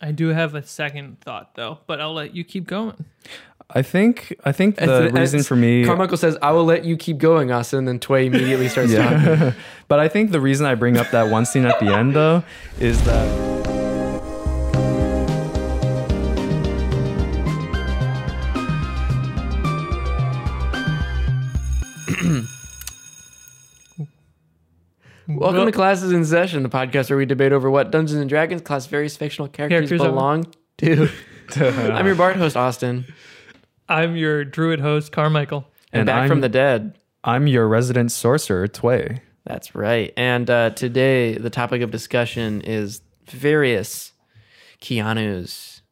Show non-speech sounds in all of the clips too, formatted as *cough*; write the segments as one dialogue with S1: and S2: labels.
S1: I do have a second thought though, but I'll let you keep going.
S2: I think I think the
S3: It's-
S2: reason
S3: it's-
S2: for me
S3: Carmichael says, "I will let you keep going, Asa," and then Tway immediately starts
S2: *laughs*
S3: talking.
S2: yeah. but I think the reason I bring up that one scene at the end though is that
S3: Welcome to Classes in Session, the podcast where we debate over what Dungeons and Dragons class various fictional characters,
S1: Characters of-
S3: belong
S2: *laughs*
S3: to. I'm your Bard host, Austin,
S1: I'm your druid host, Carmichael.
S3: and,
S2: And
S3: back
S2: I'm-
S3: from the dead.
S2: I'm your resident sorcerer Tway.
S3: That's right. And uh, today, the topic of discussion is various Keanu's.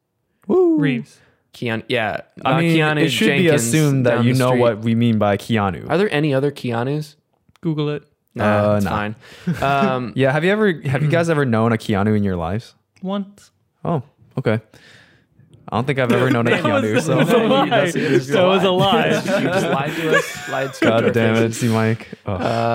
S2: Woo.
S1: Reeves.
S3: Keanu, yeah.
S2: I
S3: not
S2: mean,
S3: Keanu's,
S2: it should
S3: Uh, Jenkins
S2: be assumed that
S3: down
S2: you
S3: the
S2: know
S3: street.
S2: what we mean by Keanu.
S3: Are there any other Keanu's?
S1: Google it.
S3: Nah,
S2: Uh,
S3: it's
S2: nah.
S3: fine. Um,
S2: yeah, have you ever have
S3: *clears throat*
S2: you guys ever known a Keanu in your lives?
S1: Once.
S2: Oh, okay. I don't think I've ever
S3: *laughs*
S2: known a
S1: That
S2: Keanu.
S1: was- that
S2: so.
S1: was
S2: *laughs*
S1: a lie. That was a lie.
S3: you just lied to us. Lied to our
S2: God damn it,
S3: faces.
S2: see Mike. Oh.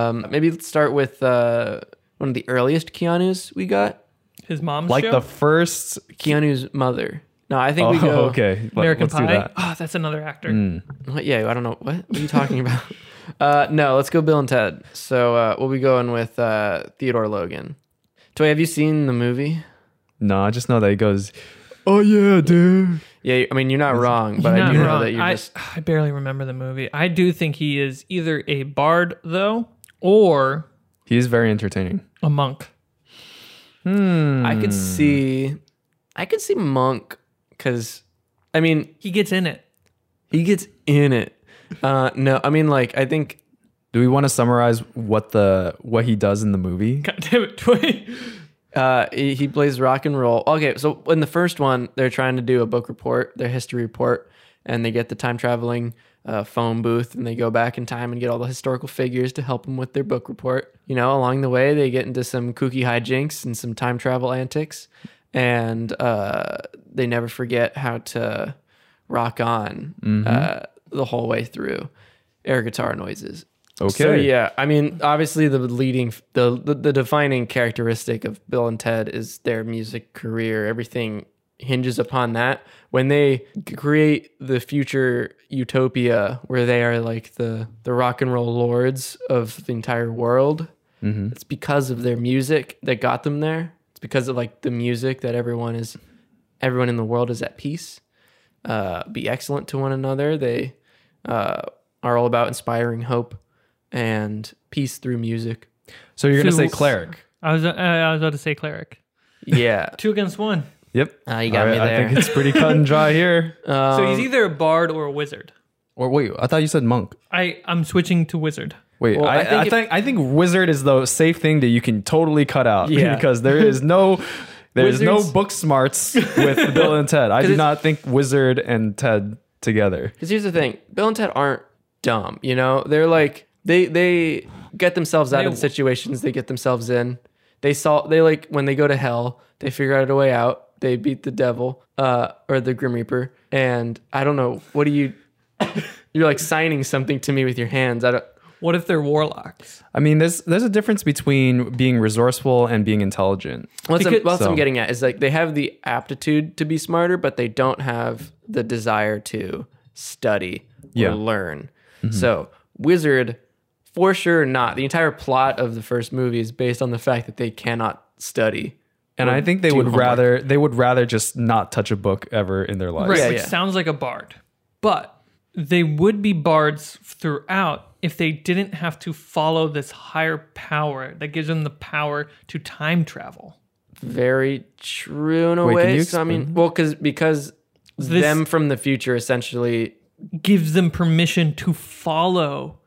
S3: Um, maybe let's start with uh, one of the earliest Keanu's we got.
S1: His mom's
S2: like
S1: show?
S2: the first.
S3: Keanu's mother. No, I think
S2: Oh,
S3: we
S2: *laughs*
S3: go.
S2: okay. Let,
S1: American
S2: let's do
S1: Pie.
S2: that.
S1: Oh, that's another actor.
S2: Mm.
S3: What, yeah, I don't know. What, what are you talking *laughs* about? Uh, no, let's go Bill and Ted. So uh, we'll be going with uh, Theodore Logan. Toy, have you seen the movie?
S2: No, I just know that he goes. Oh yeah, dude.
S3: Yeah, I mean, you're not wrong, but
S1: You're
S3: I
S1: not
S3: do know
S1: wrong.
S3: that you're
S1: I,
S3: just.
S1: *sighs* I barely remember the movie. I do think he is either a bard though or
S2: He's very entertaining.
S1: a monk.
S2: Hmm.
S3: I could see. I could see Monk because, I mean,
S1: He gets in it. *laughs*
S3: He gets in it. Uh, no, I mean like I think
S2: Do we want to summarize what the what he does in the movie?
S1: God damn it, Dwayne.
S3: uh, he he plays rock and roll. Okay, so in the first one, they're trying to do a book report, their history report, and they get the time traveling uh, phone booth, and they go back in time and get all the historical figures to help them with their book report. You know, along the way, they get into some kooky hijinks and some time travel antics, and uh, they never forget how to rock on uh, the whole way through. Air guitar noises.
S2: Okay.
S3: So yeah, I mean, obviously the leading, the, the the defining characteristic of Bill and Ted is their music career. Everything hinges upon that. When they c- create the future utopia where they are like the the rock and roll lords of the entire world, it's because of their music that got them there. It's because of like the music that everyone is, everyone in the world is at peace. Uh, be excellent to one another. They uh, are all about inspiring hope and peace through music.
S2: So you're gonna say
S1: Feels-
S2: cleric?
S1: I was uh, I was about to say cleric.
S3: Yeah.
S1: Two against one.
S2: Yep.
S3: *laughs* Ah, you got me
S2: I
S3: there.
S2: think it's pretty cut and dry
S3: *laughs*
S2: here.
S3: Um,
S1: so he's either a bard or a wizard.
S2: Or wait, I thought you said monk.
S1: I I'm switching to wizard.
S2: Wait,
S3: Well,
S2: I,
S3: I
S2: I,
S3: think
S2: think
S3: it-
S2: I think wizard is the safe thing that you can totally cut out *laughs*
S3: Yeah.
S2: because there is no there's no
S3: Wizards-
S2: book
S3: *laughs*
S2: smarts with Bill and Ted. I do
S3: it's-
S2: not think wizard and Ted together.
S3: Because here's the thing, Bill and Ted aren't dumb. You know, they're like they they get themselves out of
S1: They-
S3: the situations they get themselves in. They saw they like when they go to hell, they figure out a way out. They beat the devil uh, or the Grim Reaper, and I don't know what do you. You're like signing something to me with your hands. I don't.
S1: What if they're warlocks?
S2: I mean, there's there's a difference between being resourceful and being intelligent.
S3: What's I'm,
S1: Because-
S3: what I'm
S2: So-
S3: getting at is like they have the aptitude to be smarter, but they don't have the desire to study or
S2: Yeah. Mm-hmm.
S3: learn. So wizard, for sure not. The entire plot of the first movie is based on the fact that they cannot study.
S2: And I think they
S3: do
S2: would
S3: homework.
S2: rather they would rather just not touch a book ever in their lives.
S1: Right,
S3: Yeah,
S1: which
S3: yeah.
S1: sounds like a bard. But they would be bards throughout if they didn't have to follow this higher power that gives them the power to time travel.
S3: Very true in a
S2: Wait, can
S3: way.
S2: you
S3: So I mean, well, because because them from the future essentially
S1: Gives them permission to follow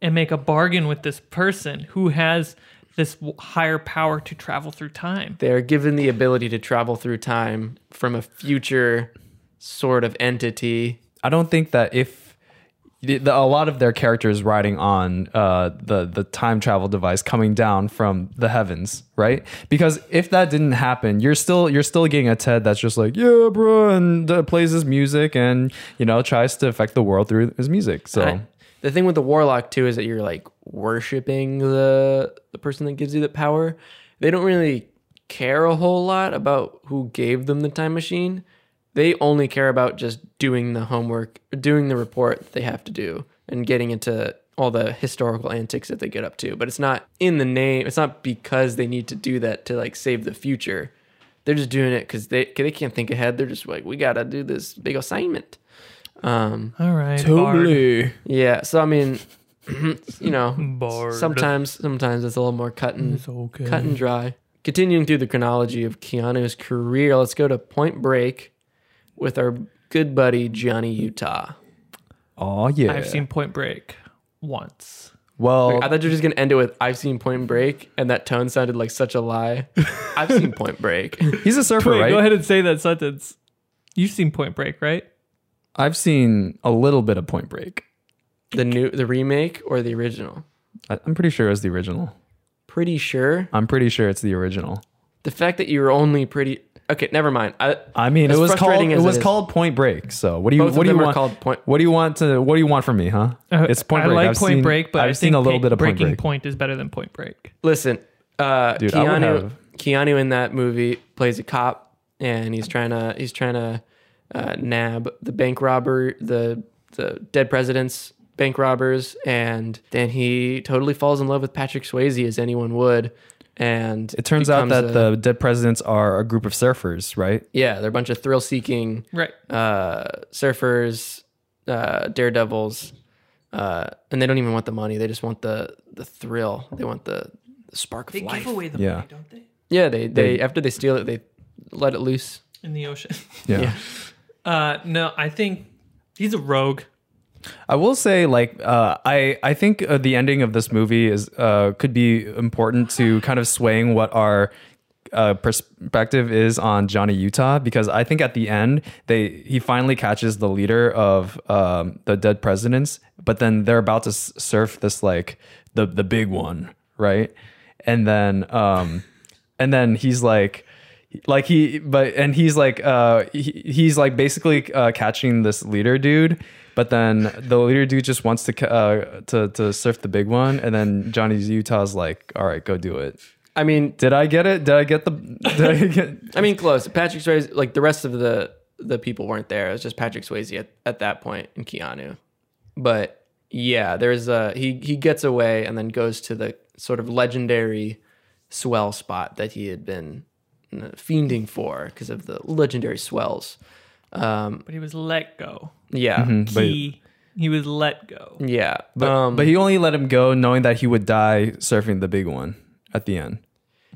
S1: and make a bargain with this person who has this w- higher power to travel through time.
S3: they're given the ability to travel through time from a future sort of entity
S2: I don't think that if the, the, a lot of their characters riding on uh, the the time travel device coming down from the heavens, right? Because if that didn't happen, you're still you're still getting a Ted that's just like yeah, bro, and uh, plays his music and you know tries to affect the world through his music. So
S3: I- the thing with the warlock too is that you're like worshiping the the person that gives you the power. They don't really care a whole lot about who gave them the time machine. They only care about just doing the homework, doing the report that they have to do, and getting into all the historical antics that they get up to. But it's not in the name. It's not because they need to do that to like save the future. They're just doing it because they 'cause they can't think ahead. They're just like, we gotta do this big assignment. Um,
S1: All right.
S3: yeah. So I mean, *clears throat* you know,
S1: Bard. Bard.
S3: sometimes sometimes it's a little more cut and
S1: It's okay.
S3: cut and dry. Continuing through the chronology of Keanu's career, let's go to Point Break with our good buddy Johnny Utah.
S2: Oh yeah.
S1: I've seen Point Break once.
S2: Well,
S3: I thought you were just gonna end it with "I've seen Point Break," and that tone sounded like such
S2: *laughs*
S3: a lie. I've seen Point Break.
S2: he's a surfer, right?
S1: Go ahead and say that sentence. You've seen Point Break, right?
S2: I've seen a little bit of Point Break.
S3: The new, the remake or the original?
S2: I- I'm pretty sure it was the original.
S3: Pretty sure.
S2: I'm pretty sure it's the original.
S3: The fact that you were only pretty. Okay, never mind. I,
S2: I mean,
S3: As
S2: it was called
S3: frustrating
S2: it
S3: as it
S2: was
S3: is.
S2: called Point Break. So what do you
S3: Both of
S2: what do
S3: them
S2: you
S3: are
S2: want?
S3: called Point-
S2: What do you want to What do you want from me? Huh? It's Point
S1: Uh, I
S2: Break.
S1: like
S2: I've
S1: Point
S2: seen-
S1: Break, but
S2: I've
S1: I
S2: seen
S1: think
S2: a little
S1: Pa-
S2: bit of Point
S1: Breaking
S2: Break.
S1: Point is better than Point Break.
S3: Listen, uh,
S2: Dude, I would
S3: Keanu,
S2: have-
S3: Keanu in that movie plays a cop, and he's trying to he's trying to uh, nab the bank robber, the the dead presidents, bank robbers, and then he totally falls in love with Patrick Swayze as anyone would. And
S2: It turns out that
S3: becomes a-
S2: the dead presidents are a group of surfers, right?
S3: yeah, they're a bunch of thrill seeking
S1: Right.
S3: uh, surfers, uh, daredevils, uh, and they don't even want the money. They just want the the thrill. They want the, the spark of life.
S1: the
S2: Yeah. money,
S1: don't they?
S3: Yeah, they, they after they steal it, they let it loose.
S1: In the ocean. *laughs*
S2: Yeah.
S1: Uh, no, I think he's a rogue.
S2: I will say, like, uh, I I think uh, the ending of this movie is uh, could be important to kind of swaying what our uh, perspective is on Johnny Utah because I think at the end they he finally catches the leader of um, the dead presidents, but then they're about to s- surf this like the the big one, right? And then um, and then he's like like he but and he's like uh he, he's like basically uh catching this leader dude but then the leader dude just wants to ca- uh to to surf the big one and then johnny utah's like all right go do it
S3: I mean,
S2: did i get it did i get the did i *laughs* get
S3: I mean, close. Patrick Swayze, like the rest of the the people weren't there. It was just Patrick Swayze at, at that point and Keanu. But yeah, there's a he he gets away and then goes to the sort of legendary swell spot that he had been uh, fiending for because of the legendary swells. Um,
S1: But he was let go.
S3: yeah,
S1: He he was let go.
S3: yeah.
S2: but,
S3: um,
S2: but he only let him go knowing that he would die surfing the big one at the end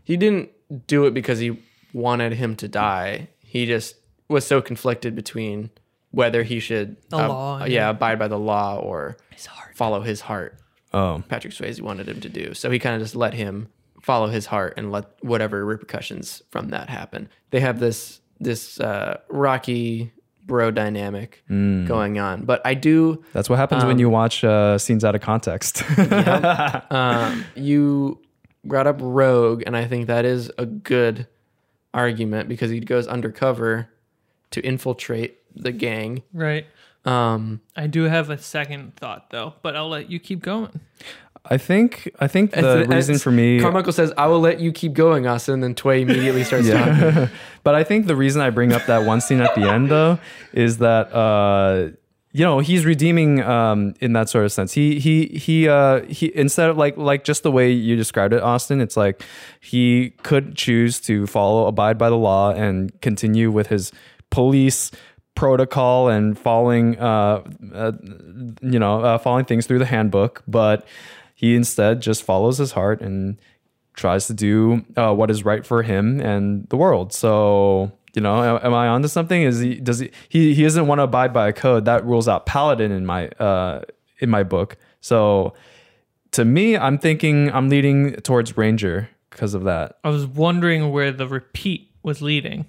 S3: he didn't do it because he wanted him to die. He just was so conflicted between whether he should
S1: The law,
S3: yeah, abide by the law or
S1: His heart.
S3: follow his heart.
S2: oh
S3: Patrick Swayze wanted him to do. So he kind of just let him follow his heart and let whatever repercussions from that happen. They have this this uh, rocky bro dynamic going on, but I do
S2: that's what happens when you watch uh scenes out of context
S3: um, you brought up Rogue, and I think that is a good argument because he goes undercover to infiltrate the gang.
S1: Right.
S3: Um,
S1: I do have a second thought though, but I'll let you keep going.
S2: *laughs* i think i think the
S3: as-
S2: reason
S3: as
S2: for me
S3: Carmichael says, "I will let you keep going, Austin." Then Tway immediately starts talking.
S2: Yeah. but I think the reason I bring up that one scene at the end though is that uh you know he's redeeming um in that sort of sense. He he he uh he instead of like like just the way you described it Austin, it's like he could choose to follow abide by the law and continue with his police protocol and following uh, uh you know uh, following things through the handbook, but he instead just follows his heart and tries to do uh, what is right for him and the world. So you know, am, am I onto something? Is he does he he, he doesn't want to abide by a code that rules out paladin in my uh, in my book. So to me, I'm thinking I'm leading towards ranger because of that.
S1: I was wondering where the repeat was leading.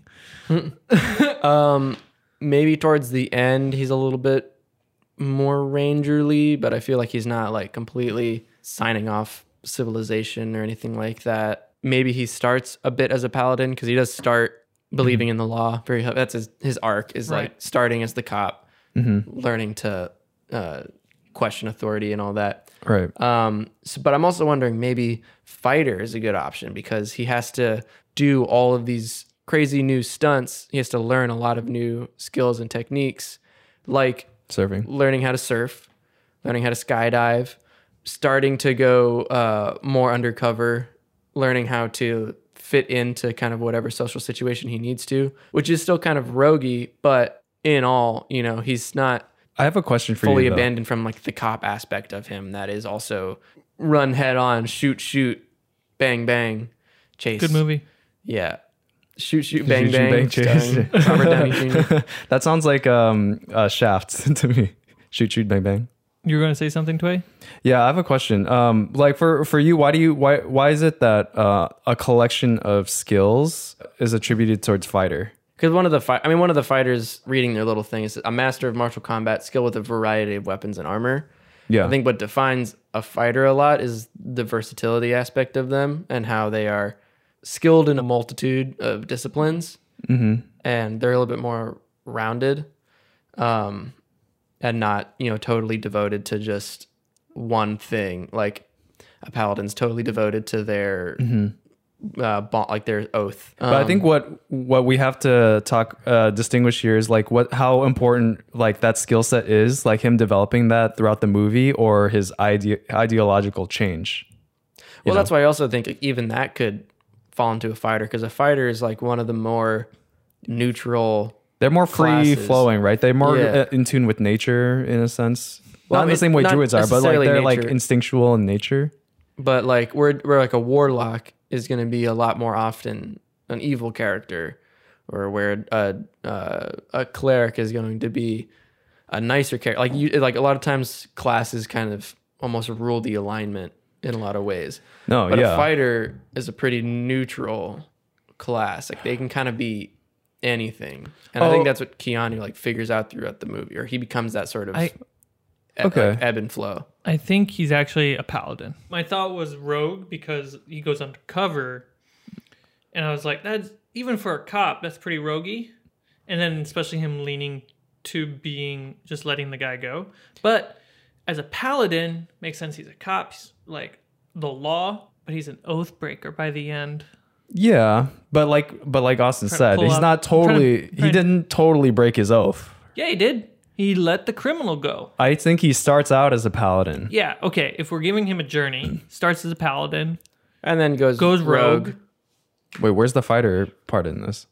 S3: Um, maybe towards the end, he's a little bit more rangerly, but I feel like he's not like completely signing off civilization or anything like that. Maybe he starts a bit as a paladin because he does start believing in the law. Very that's his his arc is like
S1: Right.
S3: starting as the cop, learning to uh, question authority and all that.
S2: Right.
S3: Um, so, but I'm also wondering maybe fighter is a good option because he has to do all of these crazy new stunts. He has to learn a lot of new skills and techniques, like
S2: Surfing.
S3: learning how to surf, learning how to skydive, starting to go uh, more undercover, learning how to fit into kind of whatever social situation he needs to, which is still kind of roguey, but in all, you know, he's not
S2: I have a question for
S3: fully
S2: you. though.
S3: abandoned from like the cop aspect of him that is also run head on, shoot, shoot, bang, bang, chase.
S1: Good movie.
S3: Yeah. Shoot, shoot, bang,
S2: Shoot, shoot,
S3: bang,
S2: bang, chase.
S3: starring
S2: *laughs*
S3: Robert Downey Jr.
S2: *laughs* that sounds like um, uh, Shaft *laughs* to me. Shoot, shoot, bang, bang.
S1: You were going to say something, Tway?
S2: Yeah, I have a question. Um, like for for you, why do you why why is it that uh, a collection of skills is attributed towards fighter?
S3: Because one of the fight, I mean, one of the fighters reading their little thing is a master of martial combat, skill with a variety of weapons and armor.
S2: Yeah,
S3: I think what defines a fighter a lot is the versatility aspect of them and how they are skilled in a multitude of disciplines,
S2: Mhm.
S3: and they're a little bit more rounded, um, and not you know totally devoted to just one thing. Like a paladin's totally devoted to their uh, bond, like their oath.
S2: Mm-hmm. But I
S3: Um,
S2: think what what we have to talk uh, distinguish here is like what how important like that skill set is, like him developing that throughout the movie or his ide- ideological change.
S3: Well, that's why I also think like, even that could fall into a fighter because a fighter is like one of the more neutral.
S2: They're more free
S3: Classes.
S2: flowing, right? They're more
S3: Yeah.
S2: uh in tune with nature in a sense. not in the
S3: it-
S2: same way
S3: not
S2: druids are, but like
S3: necessarily
S2: they're like
S3: nature.
S2: instinctual in nature.
S3: But like we're we're like a warlock is going to be a lot more often an evil character, or where a uh, a cleric is going to be a nicer character. Like you like a lot of times classes kind of almost rule the alignment in a lot of ways.
S2: No,
S3: But
S2: Oh, yeah.
S3: a fighter is a pretty neutral class. Like they can kind of be anything, and I
S2: Oh.
S3: think that's what Keanu like figures out throughout the movie, or he becomes that sort of
S1: I-
S3: e- like,
S2: Okay.
S3: ebb and flow.
S1: I think he's actually a paladin. My thought was rogue because he goes undercover, and I was like, that's even for a cop, that's pretty roguey. And then especially him leaning to being just letting the guy go. But as a paladin, makes sense. He's a cop, he's like the law, but he's an oath breaker by the end.
S2: yeah, but like but like Austin said,
S1: pull
S2: he's
S1: up-
S2: not
S1: I'm trying to-
S2: totally
S1: trying
S2: he
S1: to-
S2: didn't totally break his oath.
S1: Yeah, he did. He let the criminal go.
S2: I think he starts out as a paladin.
S1: Yeah, okay. If we're giving him a journey, starts as a paladin,
S3: And then goes
S1: goes rogue.
S2: Wait, where's the fighter part in this?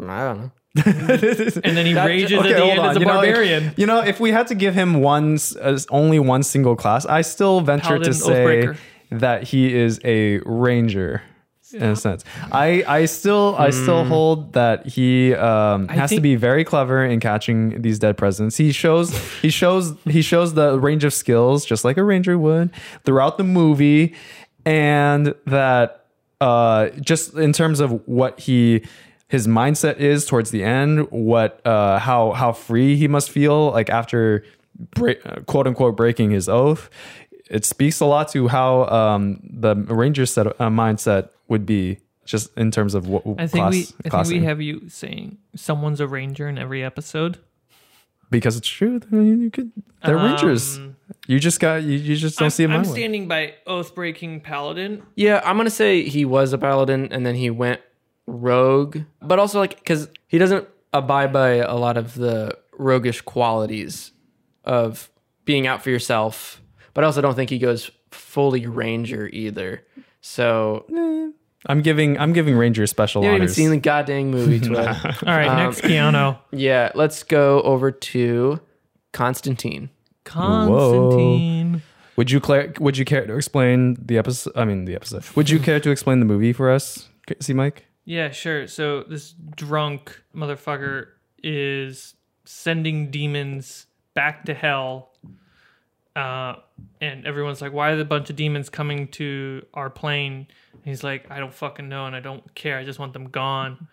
S3: I don't know.
S1: and
S2: *laughs*
S1: then he
S3: That-
S1: rages
S2: Okay,
S1: at the
S2: hold
S1: end
S2: on.
S1: as a
S2: you know, like-
S1: barbarian.
S2: you know, if we had to give him one, s- as only one single class, I still venture
S1: Paladin,
S2: to say
S1: Oathbreaker.
S2: that he is a ranger. In a sense, I I still I still hold that he um, has
S1: Hmm.
S2: to
S1: think-
S2: be very clever in catching these dead presents. He shows he shows he shows the range of skills just like a ranger would throughout the movie, and that uh, just in terms of what he his mindset is towards the end, what uh, how how free he must feel like after break, quote unquote breaking his oath. It speaks a lot to how um, the ranger set uh, mindset would be just in terms of what
S1: I think
S2: class,
S1: we I think
S2: classing.
S1: we have you saying someone's a ranger in every episode.
S2: because it's true. I mean, you could they're rangers.
S1: Um,
S2: You just got you, you just don't
S1: I'm,
S2: see him.
S1: I'm
S2: that way.
S1: standing by oath breaking paladin.
S3: Yeah, I'm gonna say he was a paladin and then he went rogue, but also like because he doesn't abide by a lot of the roguish qualities of being out for yourself. But I also don't think he goes fully ranger either. So you
S2: I'm giving I'm giving ranger special
S3: haven't even
S2: honors.
S3: seen the goddamn movie. *laughs* Twin.
S1: All right, next *laughs* Keanu.
S3: yeah, let's go over to Constantine.
S1: Constantine.
S2: Would you clar- would you care to explain the episode? I mean the episode. Would you care to explain the movie for us? K- See, Mike.
S1: Yeah, sure. So this drunk motherfucker is sending demons back to hell. Uh, and everyone's like, why are the bunch of demons coming to our plane? And he's like, I don't fucking know and I don't care. I just want them gone.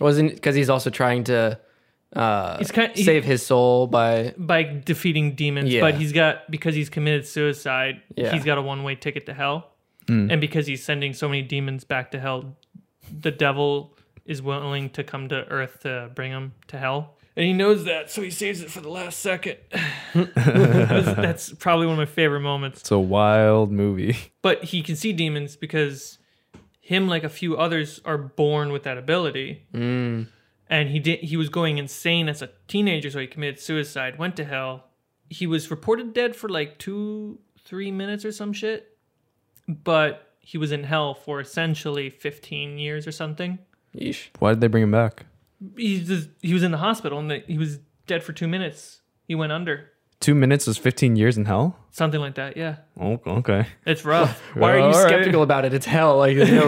S3: Wasn't because he's also trying to uh,
S1: He's kind- he-
S3: save his soul by
S1: By defeating demons,
S3: Yeah.
S1: but he's got, because he's committed suicide,
S3: Yeah. Hmm.
S1: he's got a one way ticket to hell. And because he's sending so many demons back to hell, the devil is willing to come to Earth to bring him to hell. And he knows that, so he saves it for the last second. *laughs* that's, that's probably one of my favorite moments.
S2: It's a wild movie. *laughs*
S1: But he can see demons because him, like a few others, are born with that ability.
S3: Mm.
S1: And he did. He was going insane as a teenager, so he committed suicide. Went to hell. He was reported dead for like two, three minutes or some shit. But he was in hell for essentially 15 years or something.
S3: Yeesh.
S2: Why did they bring him back?
S1: He just, he was in the hospital and they- he was dead for two minutes. He went under.
S2: Two minutes was 15 years in hell?
S1: Something like that, yeah.
S2: Oh, okay.
S1: It's
S2: *laughs*
S1: rough.
S3: Why are you
S2: All right.
S3: skeptical about it? It's hell. Like there's no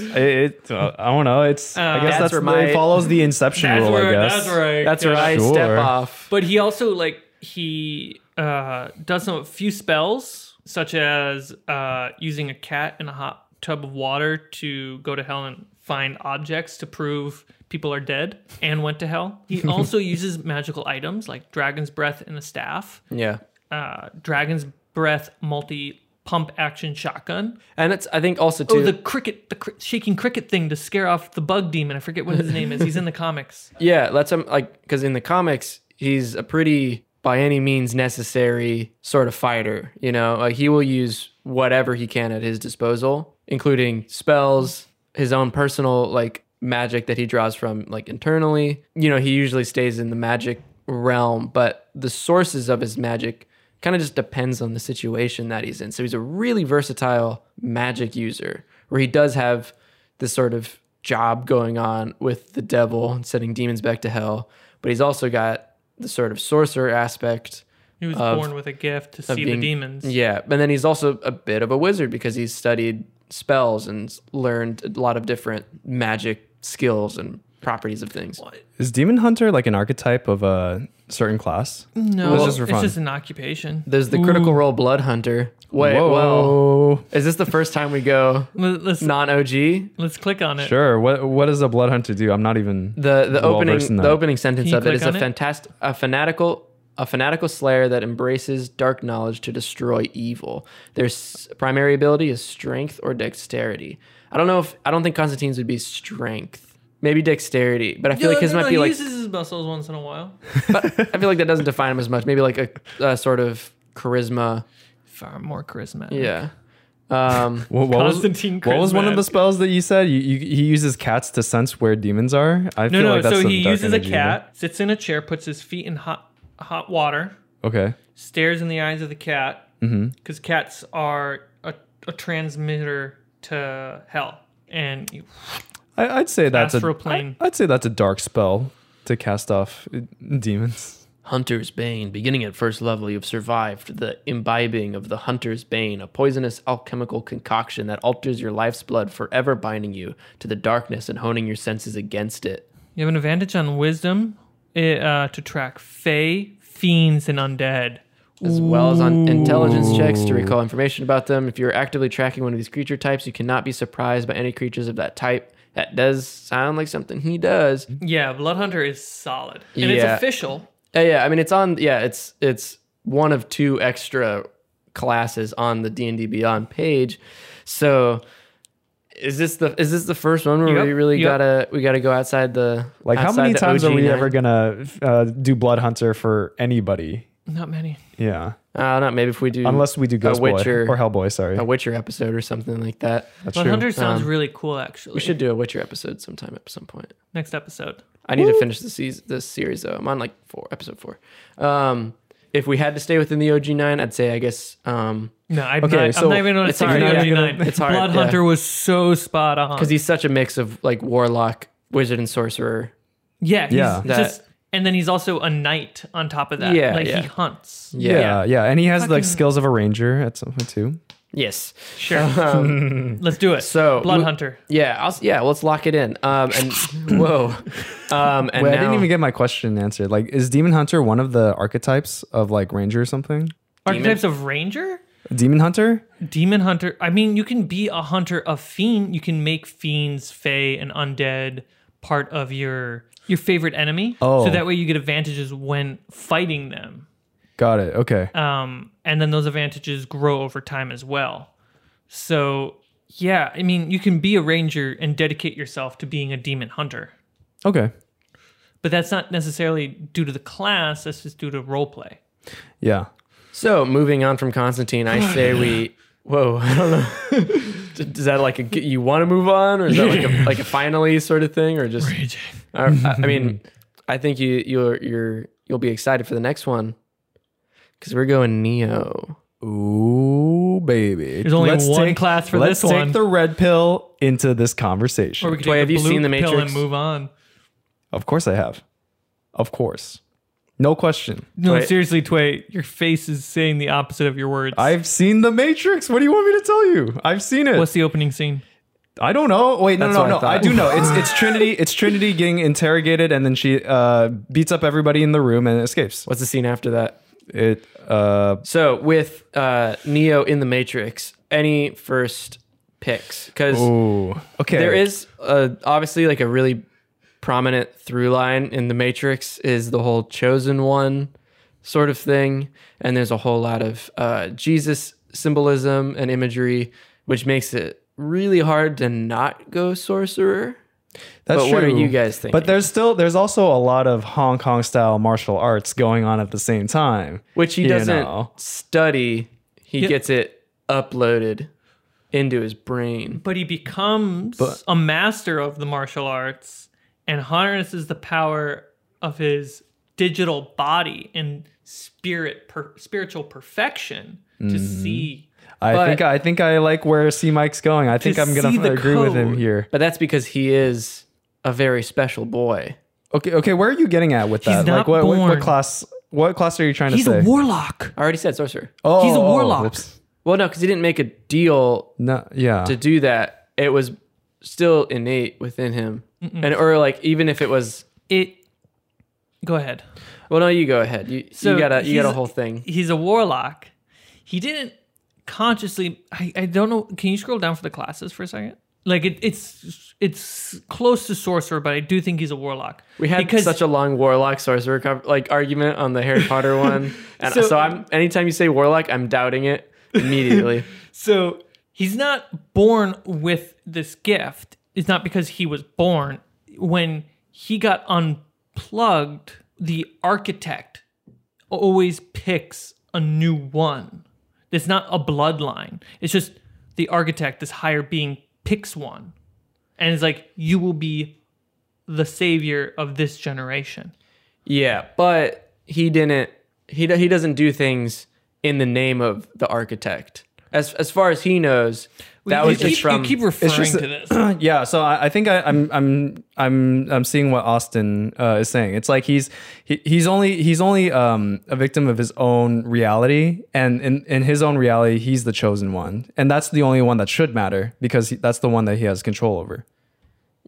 S2: *laughs* It, it, uh, I don't know. It's. I
S1: Uh,
S2: guess
S1: That's
S2: that's,
S3: where
S2: my,
S3: my-
S2: it follows the Inception
S1: that's
S2: rule.
S1: where
S2: I guess.
S1: that's where I
S3: That's
S1: yeah.
S3: where I step
S2: Sure.
S3: off.
S1: But he also like he uh does some few spells such as uh using a cat in a hot tub of water to go to hell and find objects to prove people are dead and went to hell.
S3: *laughs*
S1: He also uses magical items like dragon's breath and a staff.
S3: Yeah.
S1: uh, Dragon's Breath multi pump action shotgun.
S3: And it's I think also too.
S1: Oh, the cricket, the cr- shaking cricket thing to scare off the bug demon. I forget what his name is. He's in the comics.
S3: Yeah, that's him. Like, because in the comics, he's a pretty, by any means necessary, sort of fighter. You know, like he will use whatever he can at his disposal, including spells, his own personal like magic that he draws from like internally. You know, he usually stays in the magic realm, but the sources of his magic kind of just depends on the situation that he's in. So he's a really versatile magic user where he does have this sort of job going on with the devil and sending demons back to hell, but he's also got the sort of sorcerer aspect.
S1: He was
S3: Of-
S1: born with a gift to see
S3: of being-
S1: the demons.
S3: Yeah, and then he's also a bit of a wizard because he's studied spells and s- learned a lot of different magic skills and properties of things.
S2: Is Demon Hunter like an archetype of a certain class?
S1: No,
S2: Well, just for
S1: it's
S2: fun.
S1: just an occupation.
S3: There's the critical role blood hunter. Wait, well,
S2: Whoa.
S3: is this the first time we go
S1: Let- Let's
S3: non OG?
S1: let's click on it.
S2: Sure. What What does a blood hunter do? I'm not even.
S3: the the
S2: well
S3: opening
S2: versed in
S3: the
S2: that.
S3: opening sentence
S1: Can you
S3: of it
S1: click
S3: is a
S1: on it?
S3: fantastic a fanatical a fanatical slayer that embraces dark knowledge to destroy evil. Their s- primary ability is strength or dexterity. I don't know if I don't think Constantine's would be strength. Maybe dexterity, but I feel like his might be
S1: he
S3: like
S1: uses his muscles once in a while.
S3: but I feel like that doesn't define him as much. Maybe like a, a sort of charisma.
S1: Far more charismatic. *laughs*
S3: Yeah. Um
S2: What, what was,
S1: Constantine
S2: what was one of
S1: Crismat.
S2: the spells that you said? You, you, he uses cats to sense where demons are. I
S1: No,
S2: feel
S1: no.
S2: like that's
S1: so
S2: some
S1: he
S2: dark
S1: uses a
S2: energy in there.
S1: cat, sits in a chair, puts his feet in hot hot water,
S2: Okay.
S1: stares in the eyes of the cat
S3: Mm-hmm.
S1: because cats are a, a transmitter to hell and you
S2: I, I'd say that's
S1: Astral
S2: a.
S1: plane.
S2: I, would say that's a dark spell to cast off uh, demons.
S3: Hunter's Bane. Beginning at first level, you've survived the imbibing of the Hunter's Bane, a poisonous alchemical concoction that alters your life's blood, forever binding you to the darkness and honing your senses against it.
S1: you have an advantage on wisdom eh, uh, to track fey fiends and undead
S3: As well as on intelligence checks to recall information about them. If you're actively tracking one of these creature types, you cannot be surprised by any creatures of that type. That does sound like something he does.
S1: yeah bloodhunter is solid and it's
S3: Yeah.
S1: official
S3: Uh, yeah, I mean it's on. Yeah, it's it's one of two extra classes on the D and D Beyond page. So is this the is this the first one where
S1: Yep,
S3: we really
S1: yep.
S3: gotta we gotta go outside the
S2: Like, how
S3: outside
S2: many
S3: the
S2: times
S3: OG
S2: are we
S3: nine?
S2: ever gonna uh, do blood hunter for anybody?
S1: not many
S2: Yeah.
S3: Uh, not maybe if we do
S2: Unless we do Ghost Boy
S3: Witcher-
S2: or Hellboy. Sorry.
S3: a Witcher episode or something like that.
S2: that's true.
S1: bloodhunter sounds really cool actually
S3: Um, We should do a Witcher episode sometime at some point.
S1: next episode
S3: I need to finish the season, this series though. I'm on like four episode four. Um, if we had to stay within the OG nine, I'd say I guess um,
S1: no I'm,
S2: Okay,
S1: not,
S2: so-
S1: I'm not even on
S3: It's
S1: it's hard,
S3: hard, yeah. It's
S1: it's
S3: hard, yeah.
S1: bloodhunter was so spot on
S3: because he's such a mix of like warlock, wizard, and sorcerer.
S1: yeah he's
S2: Yeah.
S3: That-
S1: just and then he's also a knight on top of that
S3: Yeah,
S1: like
S3: yeah.
S1: he hunts
S2: yeah, yeah, and he has like
S1: Fucking-
S2: skills of a ranger at some point too.
S3: Yes.
S1: Sure.
S3: *laughs* Um,
S1: Let's do it.
S3: So,
S1: Blood
S3: we-
S1: Hunter.
S3: yeah. I'll, s- yeah. Let's lock it in. Um,
S2: *laughs*
S3: and whoa. Um, and
S2: Wait, I
S3: now-
S2: didn't even get my question answered. Like, is Demon Hunter one of the archetypes of like Ranger or something?
S1: Archetypes of Ranger?
S2: Demon Hunter?
S1: Demon Hunter. I mean, you can be a hunter of fiend. You can make fiends, fey, and undead part of your your favorite enemy.
S2: Oh.
S1: So that way you get advantages when fighting them.
S2: Got
S1: Uh,
S2: it. Okay.
S1: Um, and then those advantages grow over time as well. So yeah, I mean, you can be a ranger and dedicate yourself to being a demon hunter,
S2: Okay.
S1: but that's not necessarily due to the class. That's just due to role play.
S2: Yeah.
S3: So moving on from Constantine, I say we. Whoa, *laughs* I don't know. Is that like a you want to move on, or is that like a, like a finally sort of thing, or just? I, I mean, I think you you're you're you'll be excited for the next one because we're going Neo.
S2: Ooh, baby.
S1: There's only one class for
S2: let's
S1: this
S2: take
S1: one.
S2: the red pill into this
S1: Or
S2: conversation.
S1: we could
S3: Dwight,
S1: take
S3: have
S1: the
S3: you
S1: blue
S3: seen The
S1: pill
S3: Matrix?
S1: and move on.
S2: of course I have. Of course. No question.
S1: No,
S3: Dwight-
S1: seriously, Tway, your face is saying the opposite of your words.
S2: I've seen The Matrix. What do you want me to tell you? I've seen it.
S1: What's the opening scene?
S2: I don't know. Wait, no,
S3: That's
S2: no,
S3: what I
S2: no. I,
S3: thought.
S2: do know. It's it's Trinity. It's Trinity getting interrogated, and then she uh, beats up everybody in the room and escapes.
S3: What's the scene after that?
S2: It. Uh,
S3: So with uh, Neo in the Matrix, any first picks? Because
S2: ooh. Okay.
S3: There is uh obviously like a really prominent through line in the Matrix is the whole chosen one sort of thing, and there's a whole lot of uh, Jesus symbolism and imagery, which makes it really hard to not go sorcerer.
S2: That's
S3: but what are
S2: true.
S3: you guys thinking?
S2: But there's still there's also a lot of Hong Kong style martial arts going on at the same time.
S3: which he
S2: you
S3: doesn't
S2: know.
S3: study. He
S1: Yeah.
S3: gets it uploaded into his brain.
S1: But he becomes
S2: But-
S1: a master of the martial arts and harnesses the power of his digital body and spirit per, spiritual perfection
S3: Mm-hmm.
S1: to see.
S2: I
S3: But-
S2: think I think I like where C Mike's going. I think
S1: To
S2: I'm gonna
S1: see the
S2: agree with him
S1: code.
S2: here.
S3: But that's because he is a very special boy.
S2: Okay, okay. Where are you getting at with
S1: He's
S2: that?
S1: not
S2: like what, what
S1: born.
S2: what class? What class are you trying
S1: He's
S2: to say?
S1: a warlock.
S3: I already said sorcerer.
S2: oh,
S1: he's a
S2: oh,
S1: warlock.
S2: whoops.
S3: Well, no, because he didn't make a deal
S2: No, yeah.
S3: to do that. It was still innate within him, and or like even if it was.
S1: It. Go ahead.
S3: Well, no, you go ahead. You,
S1: So
S3: you got a you got a
S1: he's-
S3: whole thing.
S1: He's a warlock. He didn't consciously. I, I don't know. Can you scroll down for the classes for a second? Like it, it's it's close to sorcerer, but I do think he's a warlock.
S3: We had
S1: because
S3: such a long warlock sorcerer co- like argument on the Harry
S1: *laughs*
S3: Potter one, and
S1: So-
S3: so, I'm anytime you say warlock, I'm doubting it
S1: *laughs*
S3: immediately.
S1: So he's not born with this gift. It's not because he was born. When he got unplugged, the architect always picks a new one. It's not a bloodline. It's just the architect, this higher being, picks one. And it's like, you will be the savior of this generation.
S3: yeah, but he didn't. He do- he doesn't do things in the name of the architect. As as far as he knows, that
S1: you
S3: was
S1: keep,
S3: just from.
S1: you keep referring
S2: just
S1: to
S2: a-
S3: *clears throat*
S1: this.
S2: yeah so i, I think I, i'm i'm i'm i'm seeing what austin uh, is saying it's like he's he, he's only he's only um a victim of his own reality and in in his own reality he's the chosen one and that's the only one that should matter because he, that's the one that he has control over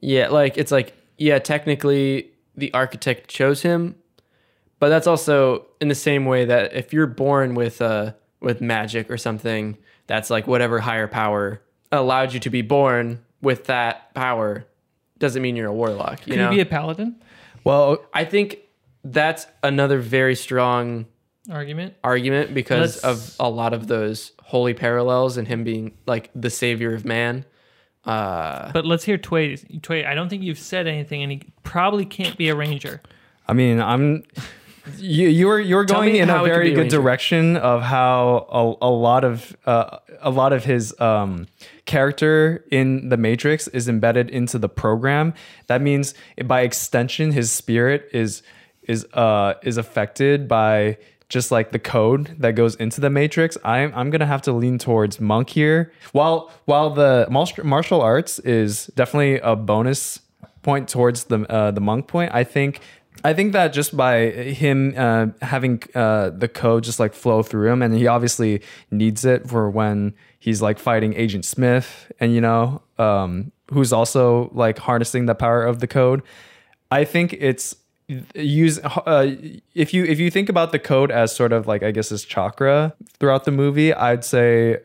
S3: Yeah, like it's like yeah, technically the architect chose him, but that's also in the same way that if you're born with uh with magic or something, that's like whatever higher power allowed you to be born with that power doesn't mean you're a warlock, you
S1: Can
S3: know.
S1: you be a paladin
S2: well
S3: I think that's another very strong
S1: argument?
S3: argument because
S1: Let's-
S3: of a lot of those holy parallels and him being like the savior of man. Uh
S1: But let's hear Tway. Tway, I don't think you've said anything, and he probably can't be a ranger.
S2: i mean i'm you you were you were
S3: Tell
S2: going
S3: me
S2: in a
S3: how it could
S2: very
S3: be
S2: good
S3: arranged.
S2: direction of how a, a lot of uh, a lot of his um, character in the Matrix is embedded into the program. That means by extension, his spirit is is uh, is affected by just like the code that goes into the Matrix. I'm I'm gonna have to lean towards monk here. While while the martial martial arts is definitely a bonus point towards the uh, the monk point, I think I think that just by him uh, having uh, the code just like flow through him, and he obviously needs it for when he's like fighting Agent Smith, and you know, um, who's also like harnessing the power of the code. I think it's use uh, if you if you think about the code as sort of like I guess his chakra throughout the movie, I'd say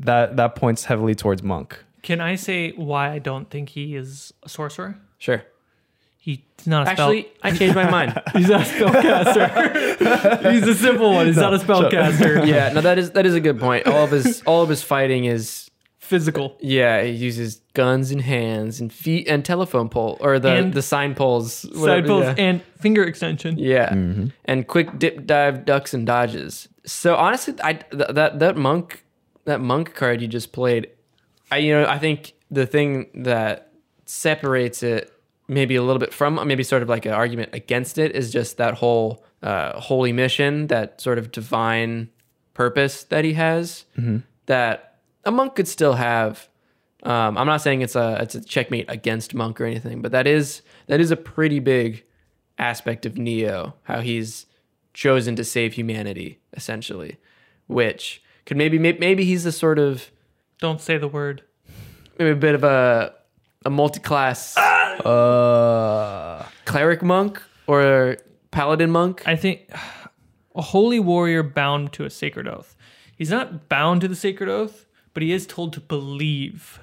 S2: that that points heavily towards Monk.
S1: Can I say why I don't think he is a sorcerer?
S3: sure.
S1: He's not a
S3: Actually, I changed my *laughs* mind.
S1: spell. *laughs* He's not a spellcaster.
S3: *laughs*
S1: he's a simple one. He's not a spellcaster.
S3: yeah, no, that is that is a good point. All of his all of his fighting is
S1: physical.
S3: Yeah, he uses guns and hands and feet and telephone pole or the
S1: And-
S3: the sign poles.
S1: Side
S3: whatever,
S1: bolts
S3: yeah.
S1: and finger extension.
S3: Yeah, and quick dip dive ducks and dodges. So honestly, I th- that that monk that monk card you just played, I you know I think the thing that separates it maybe a little bit from maybe sort of like an argument against it is just that whole uh, holy mission that sort of divine purpose that he has that a monk could still have. Um, I'm not saying it's a it's a checkmate against monk or anything, but that is that is a pretty big aspect of Neo, how he's chosen to save humanity essentially, which could maybe may- maybe he's a sort of
S1: Don't say the word.
S3: maybe a bit of a a multi-class
S2: Uh,
S3: cleric monk or paladin monk.
S1: I think a holy warrior bound to a sacred oath. He's not bound to the sacred oath, but he is told to believe.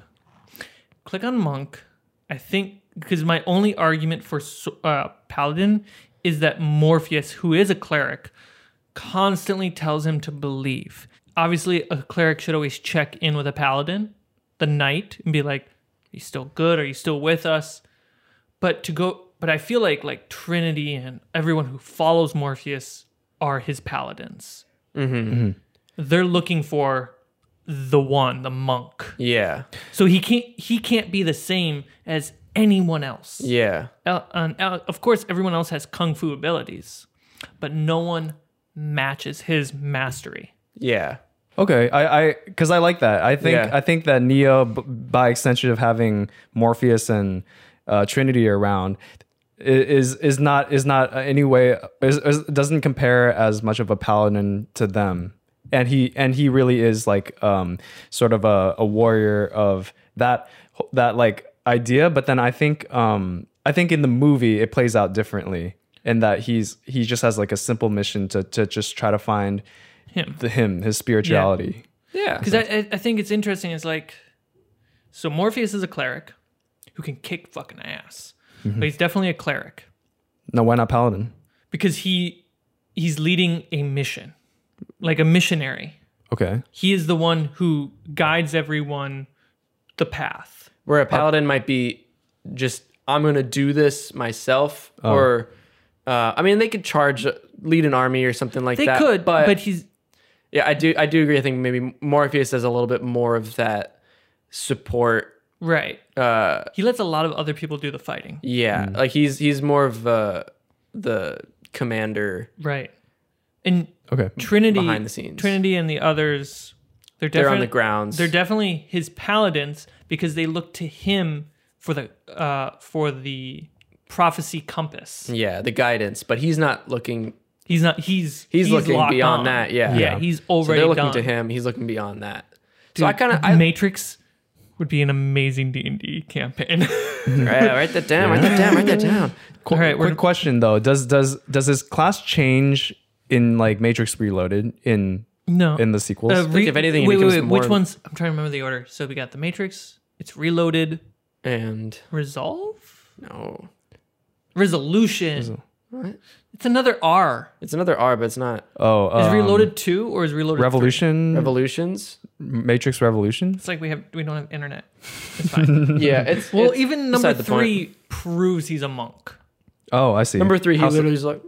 S1: Click on monk. I think because my only argument for so- uh, paladin is that Morpheus, who is a cleric, constantly tells him to believe. Obviously, a cleric should always check in with a paladin, the knight, and be like, "Are you still good? Are you still with us?" but to go but i feel like like trinity and everyone who follows morpheus are his paladins they're looking for the one the monk
S3: yeah,
S1: so he can't he can't be the same as anyone else
S3: yeah,
S1: El- and El- of course everyone else has kung fu abilities but no one matches his mastery
S3: yeah,
S2: okay, I, I, because I like that. I think,
S3: Yeah.
S2: I think that Neo, b- by extension of having Morpheus and uh, Trinity around, i- is is not is not any way is, is, doesn't compare as much of a paladin to them. And he and he really is like um sort of a, a warrior of that that like idea. But then I think um I think in the movie it plays out differently. in that he's he just has like a simple mission to to just try to find
S1: him
S2: the him, his spirituality.
S3: yeah,
S1: because I, I- I think it's interesting it's like so morpheus is a cleric who can kick fucking ass but he's definitely a cleric
S2: No, why not paladin?
S1: because he he's leading a mission like a missionary
S2: Okay.
S1: he is the one who guides everyone the path
S3: where a paladin might be just I'm gonna do this myself,
S1: Oh.
S3: or uh, I mean they could charge lead an army or something like
S1: they
S3: that.
S1: could but, but he's
S3: Yeah, I do. I do agree. I think maybe Morpheus has a little bit more of that support.
S1: right
S3: Uh,
S1: he lets a lot of other people do the fighting
S3: yeah,
S1: Mm.
S3: like he's he's more of uh, the commander.
S1: right and
S2: Okay.
S1: trinity
S3: Behind the scenes.
S1: trinity and the others they're,
S3: They're on
S1: definite-
S3: the grounds.
S1: they're definitely his paladins because they look to him for the uh for the prophecy compass
S3: yeah, the guidance, but he's not looking.
S1: he's not he's
S3: He's looking
S1: locked
S3: beyond
S1: on.
S3: that, yeah.
S1: yeah
S3: Yeah.
S1: he's
S3: So
S1: already
S3: they're looking
S1: done.
S3: to him. He's looking beyond that.
S1: Dude,
S3: so I kind of I
S1: Matrix would be an amazing D and D campaign. *laughs*
S3: yeah, write that down. Write that down. Write that down.
S2: Qu-
S1: All right, we're-
S2: quick question though. Does does does his class change in like Matrix Reloaded in
S1: no,
S2: in the sequels?
S1: Uh, re-
S3: if anything, it
S1: wait, wait,
S3: becomes
S1: wait.
S3: more-
S1: Which ones? I'm trying to remember the order. So we got the Matrix. It's Reloaded,
S3: And
S1: Resolve,
S3: no,
S1: Resolution. It's another R.
S3: it's another R, but it's not
S2: oh,
S1: Is
S2: um,
S1: Reloaded two or is Reloaded three? Hmm. *laughs*
S2: Revolution,
S3: Revolutions.
S2: Matrix Revolution.
S1: It's like we have we don't have internet. It's fine.
S3: yeah, it's
S1: well,
S3: it's
S1: even
S3: beside
S1: number
S3: the point.
S1: three proves he's a monk.
S2: Oh, I see.
S3: Number three, he
S2: House of-
S3: literally is like,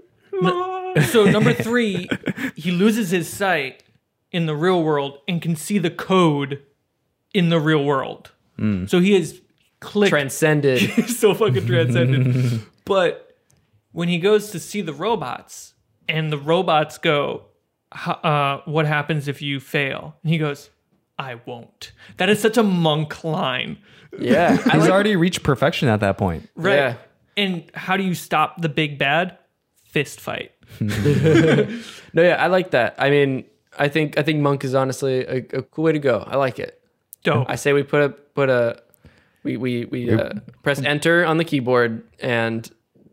S1: *laughs* So number three, he loses his sight in the real world and can see the code in the real world. So he is clicked.
S3: transcended.
S1: *laughs* He's so fucking transcendent. but when he goes to see the robots and the robots go, "H- uh, "What happens if you fail?" and he goes, "I won't." That is such a monk line,
S3: Yeah, I
S2: He's
S3: like-
S2: already reached perfection at that point.
S1: right?
S3: Yeah.
S1: And how do you stop the big bad? Fist fight.
S3: No, yeah, I like that. I mean, I think I think Monk is honestly a, a cool way to go. I like it.
S1: Dope.
S3: I say we put a put a we we we uh, press enter on the keyboard and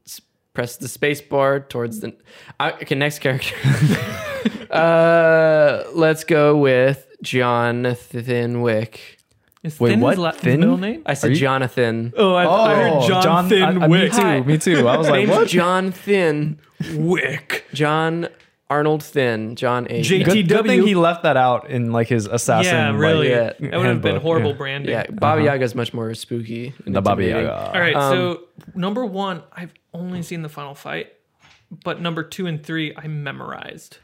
S3: s- press the space bar towards the I, okay next character. *laughs* uh, let's go with Jonathan Wick.
S1: Is
S2: Wait,
S1: thin
S2: what?
S1: his, la- his
S2: Thin?
S1: middle name?
S3: I said
S2: you-
S3: Jonathan.
S1: Oh, I, I heard John, Thin
S2: I- I-
S1: Wick.
S2: Me too. Me too. I was like,
S3: Name's
S2: what?
S3: John Thin.
S1: Wick.
S3: John Arnold Thin, John A.
S1: J-
S2: Good, good thing
S1: TW.
S2: he left that out in like his assassin.
S1: yeah, really.
S2: like,
S3: yeah,
S1: that would have been
S2: handbook,
S1: horrible
S2: yeah.
S1: branding.
S3: yeah, Baba
S2: Uh-huh.
S3: Yaga is much more spooky. and
S2: the Baba
S3: intimidating.
S2: Yaga.
S1: All right, so number one, I've only seen the final fight, but number two and three, I memorized.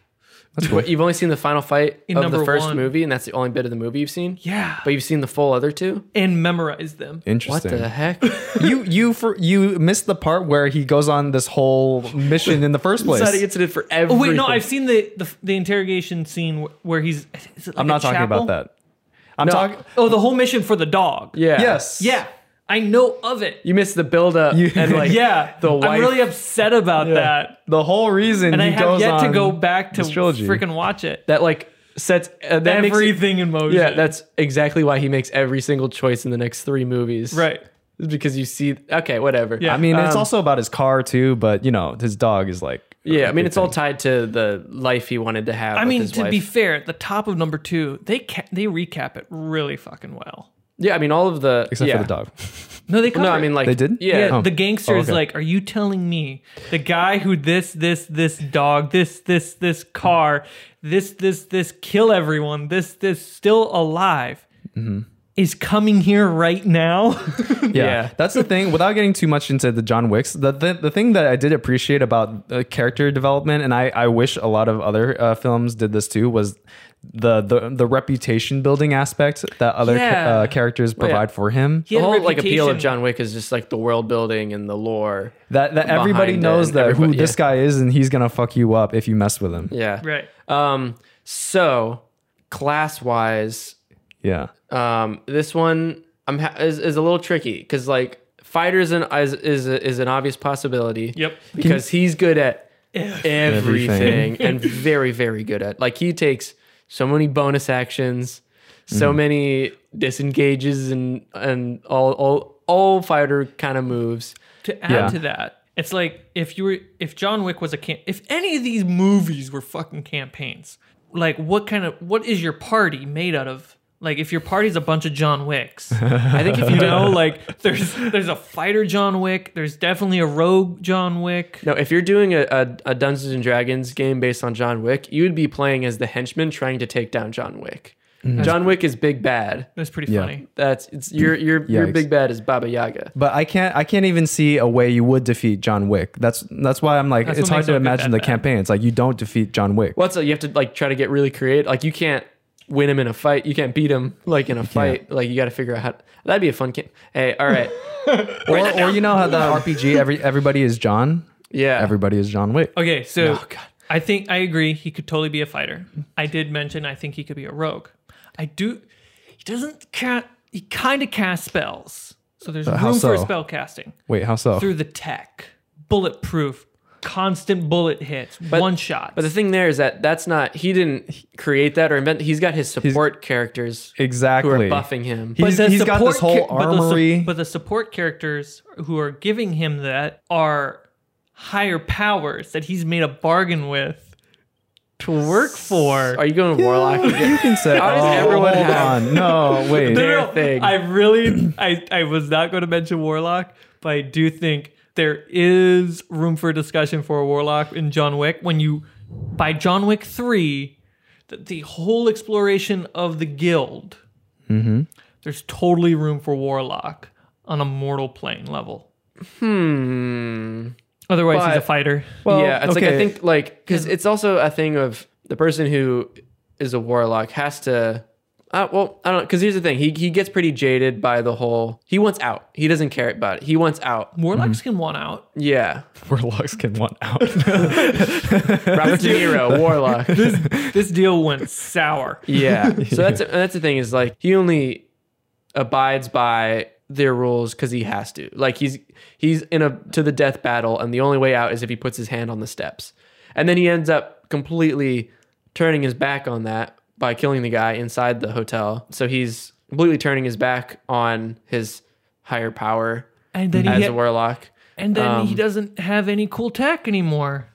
S2: That's cool.
S3: You've only seen the final fight
S1: In
S3: of the
S1: number
S3: first
S1: one.
S3: movie, and that's the only bit of the movie you've seen.
S1: Yeah,
S3: But you've seen the full other two.
S1: and memorized them.
S3: What
S2: Interesting.
S3: the heck?
S1: *laughs*
S2: you you for, you missed the part where he goes on this whole mission in the
S1: *laughs*
S2: first place.
S3: Decided gets it for everything.
S1: Oh, wait, no, I've seen the the, the interrogation scene wh- where he's. Is it like
S2: I'm not
S1: a
S2: talking
S1: chapel?
S2: about that. I'm talking.
S1: Oh, the whole mission for the dog.
S3: Yeah.
S2: Yes.
S1: yeah, I know of it.
S3: You missed the buildup
S2: You-
S3: and
S2: *laughs*
S3: like
S1: Yeah,
S3: the wife.
S1: I'm really upset about that,
S2: The whole reason
S1: and
S2: he
S1: I have
S2: goes
S1: yet to
S2: on
S1: go back to
S2: this trilogy.
S1: freaking watch it.
S3: that like sets uh, that makes it-
S1: Everything in motion.
S3: yeah, that's exactly why he makes every single choice in the next three movies.
S1: right.
S3: It's because you see. Okay, whatever.
S1: Yeah.
S2: I mean, it's
S3: Um,
S2: also about his car too, but you know, his dog is like.
S3: Yeah, I mean, it's all
S2: everything.
S3: tied to the life he wanted to have.
S1: I
S3: with
S1: mean,
S3: his
S1: to
S3: wife.
S1: be fair, at the top of number two, they ca- they recap it really fucking well.
S3: yeah, I mean, all of the
S2: except
S3: yeah.
S2: for the dog.
S1: No, they cover
S3: No, I
S1: it.
S3: mean, like
S2: They did?
S3: Yeah,
S1: Yeah,
S2: Oh.
S1: the gangster
S2: Oh,
S1: is
S2: okay.
S1: like, "Are you telling me the guy who this this this dog this this this car this this this kill everyone this this still alive is coming here right now?" *laughs*
S2: yeah.
S3: Yeah.
S2: *laughs* that's the thing. Without getting too much into the John Wicks, the the, the thing that I did appreciate about uh, character development, and I, I wish a lot of other uh, films did this too, was the the, the reputation building aspect that other ca-
S1: Yeah.
S2: uh, characters
S3: yeah.
S2: provide for him.
S1: He had
S3: the
S1: a
S3: whole like appeal of
S1: reputation.
S3: John Wick is just like the world building and the lore.
S2: That that
S3: Behind
S2: everybody
S3: it
S2: knows
S3: and
S2: that who
S3: everybody-
S2: this guy is, and he's gonna fuck you up if you mess with him.
S3: Yeah,
S1: Right.
S3: Um, so class wise,
S2: Yeah,
S3: um, this one I'm ha- is, is a little tricky because like fighters an, is is is an obvious possibility.
S1: Yep.
S3: because he's good at
S2: Everything.
S3: everything *laughs* and very very good at like he takes so many bonus actions, so many disengages and and all all all fighter kind of moves.
S1: To add
S2: Yeah.
S1: to that, it's like if you were if John Wick was a camp, if any of these movies were fucking campaigns, like what kind of what is your party made out of? Like if your party's a bunch of John Wicks.
S3: I
S2: *laughs*
S3: think if you
S1: You
S3: don't.
S1: know, like there's there's a fighter John Wick. There's definitely a rogue John Wick.
S3: No, if you're doing a, a, a Dungeons and Dragons game based on John Wick, you'd be playing as the henchman trying to take down John Wick. John Wick is big bad.
S1: That's pretty
S2: Yeah.
S1: funny.
S3: That's it's your your your
S2: Yikes.
S3: big bad is Baba Yaga.
S2: but I can't I can't even see a way you would defeat John Wick. That's that's why I'm like
S1: That's
S2: it's
S1: what
S2: hard
S1: makes
S2: to
S1: him good
S2: imagine
S1: at
S2: the
S1: that.
S2: campaign. It's like you don't defeat John Wick.
S3: What's well, you have to like try to get really creative. Like you can't win him in a fight. You can't beat him like in a fight. Like you got to figure out how. that'd be a fun game. Hey, all *laughs* right,
S2: Or, or you know how the RPG every everybody is John.
S3: yeah.
S2: Everybody is John Wick.
S1: Okay, so
S2: Oh,
S1: I think I agree. He could totally be a fighter. I did mention I think he could be a rogue. I do. He doesn't. Ca- he kind of casts spells, so there's
S2: Uh, how
S1: room for
S2: so?
S1: spell casting
S2: Wait, how so?
S1: through the tech, bulletproof, constant bullet hits, one shot.
S3: but the thing there is that that's not he didn't create that or invent. He's got his support characters who
S2: exactly.
S3: are buffing him.
S2: He- he's- he's got this
S1: support
S2: whole
S1: ca- but the su-
S2: armory.
S1: But the, support characters who are giving him that are higher powers that he's made a bargain with to work for.
S3: are you going *laughs* warlock? again?
S2: You can say.
S3: How does
S2: oh,
S3: everyone
S2: hold
S3: have-
S2: on. No,
S1: No, no,
S2: wait.
S1: no.
S3: their thing?
S1: I really, I, I was not going to mention Warlock, but I do think there is room for discussion for a Warlock in John Wick when you, by John Wick 3, the, the whole exploration of the guild,
S3: Mm-hmm.
S1: there's totally room for Warlock on a mortal plane level.
S3: Hmm.
S1: Otherwise, he's a
S3: But-
S1: fighter.
S2: Well,
S3: yeah, it's like I
S2: okay.
S3: think like because it's also a thing of the person who is a warlock has to. Uh, well, I don't because here's the thing he he gets pretty jaded by the whole. He wants out. He doesn't care about it. He wants out.
S1: Warlocks can one out.
S2: *laughs*
S3: Yeah,
S2: Warlocks can want out.
S3: *laughs* Robert De Niro, warlock.
S1: This deal went
S3: *laughs*
S1: sour. *laughs*
S3: Yeah. So that's and that's the thing is like he only abides by their rules because he has to. Like he's he's in a to the death battle, and the only way out is if he puts his hand on the steps, and then he ends up completely turning his back on that by killing the guy inside the hotel. So he's completely turning his back on his higher power
S1: And then
S3: as
S1: he,
S3: a warlock.
S1: and then
S3: um,
S1: he doesn't have any cool tech anymore.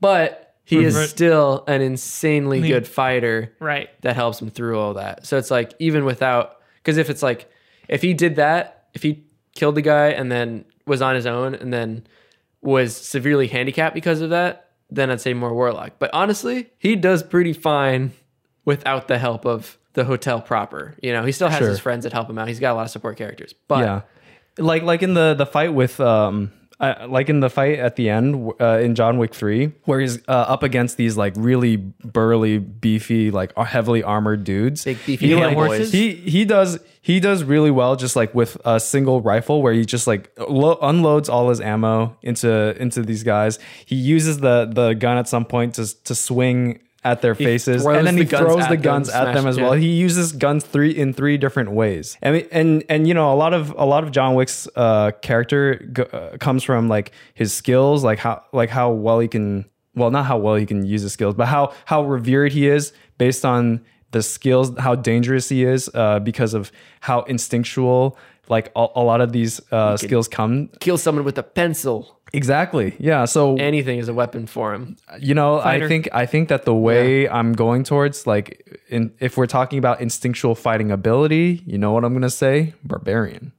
S3: But he is
S1: Right.
S3: still an insanely good fighter.
S1: Right.
S3: that helps him through all that. So it's like even without because if it's like if he did that, if he killed the guy and then was on his own and then was severely handicapped because of that, then I'd say more Warlock. But honestly, he does pretty fine without the help of the hotel proper. You know, he still has
S2: Sure.
S3: his friends that help him out. He's got a lot of support characters. But
S2: yeah, like like in the the fight with um. I, like in the fight at the end uh, in John Wick 3 where he's uh, up against these like really burly beefy like heavily armored dudes
S3: Big beefy
S2: he,
S3: hand
S2: like,
S1: horses?
S2: he he does he does really well just like with a single rifle where he just like lo- unloads all his ammo into into these guys he uses the the gun at some point to to swing at their faces
S3: throws
S2: and then
S3: the
S2: he
S3: guns
S2: throws
S3: at
S2: the
S3: them,
S2: guns at them
S3: smash-
S2: as
S3: yeah.
S2: well he uses guns three in three different ways and and and you know a lot of a lot of john wick's uh character go, uh, comes from like his skills like how like how well he can well not how well he can use his skills but how how revered he is based on the skills how dangerous he is uh because of how instinctual like a, a lot of these uh skills come
S3: kill someone with a pencil,
S2: exactly yeah so
S3: anything is a weapon for him.
S2: you know
S1: Fighter.
S2: i think i think that the way i'm going towards like in, if we're talking about instinctual fighting ability you know what i'm gonna say barbarian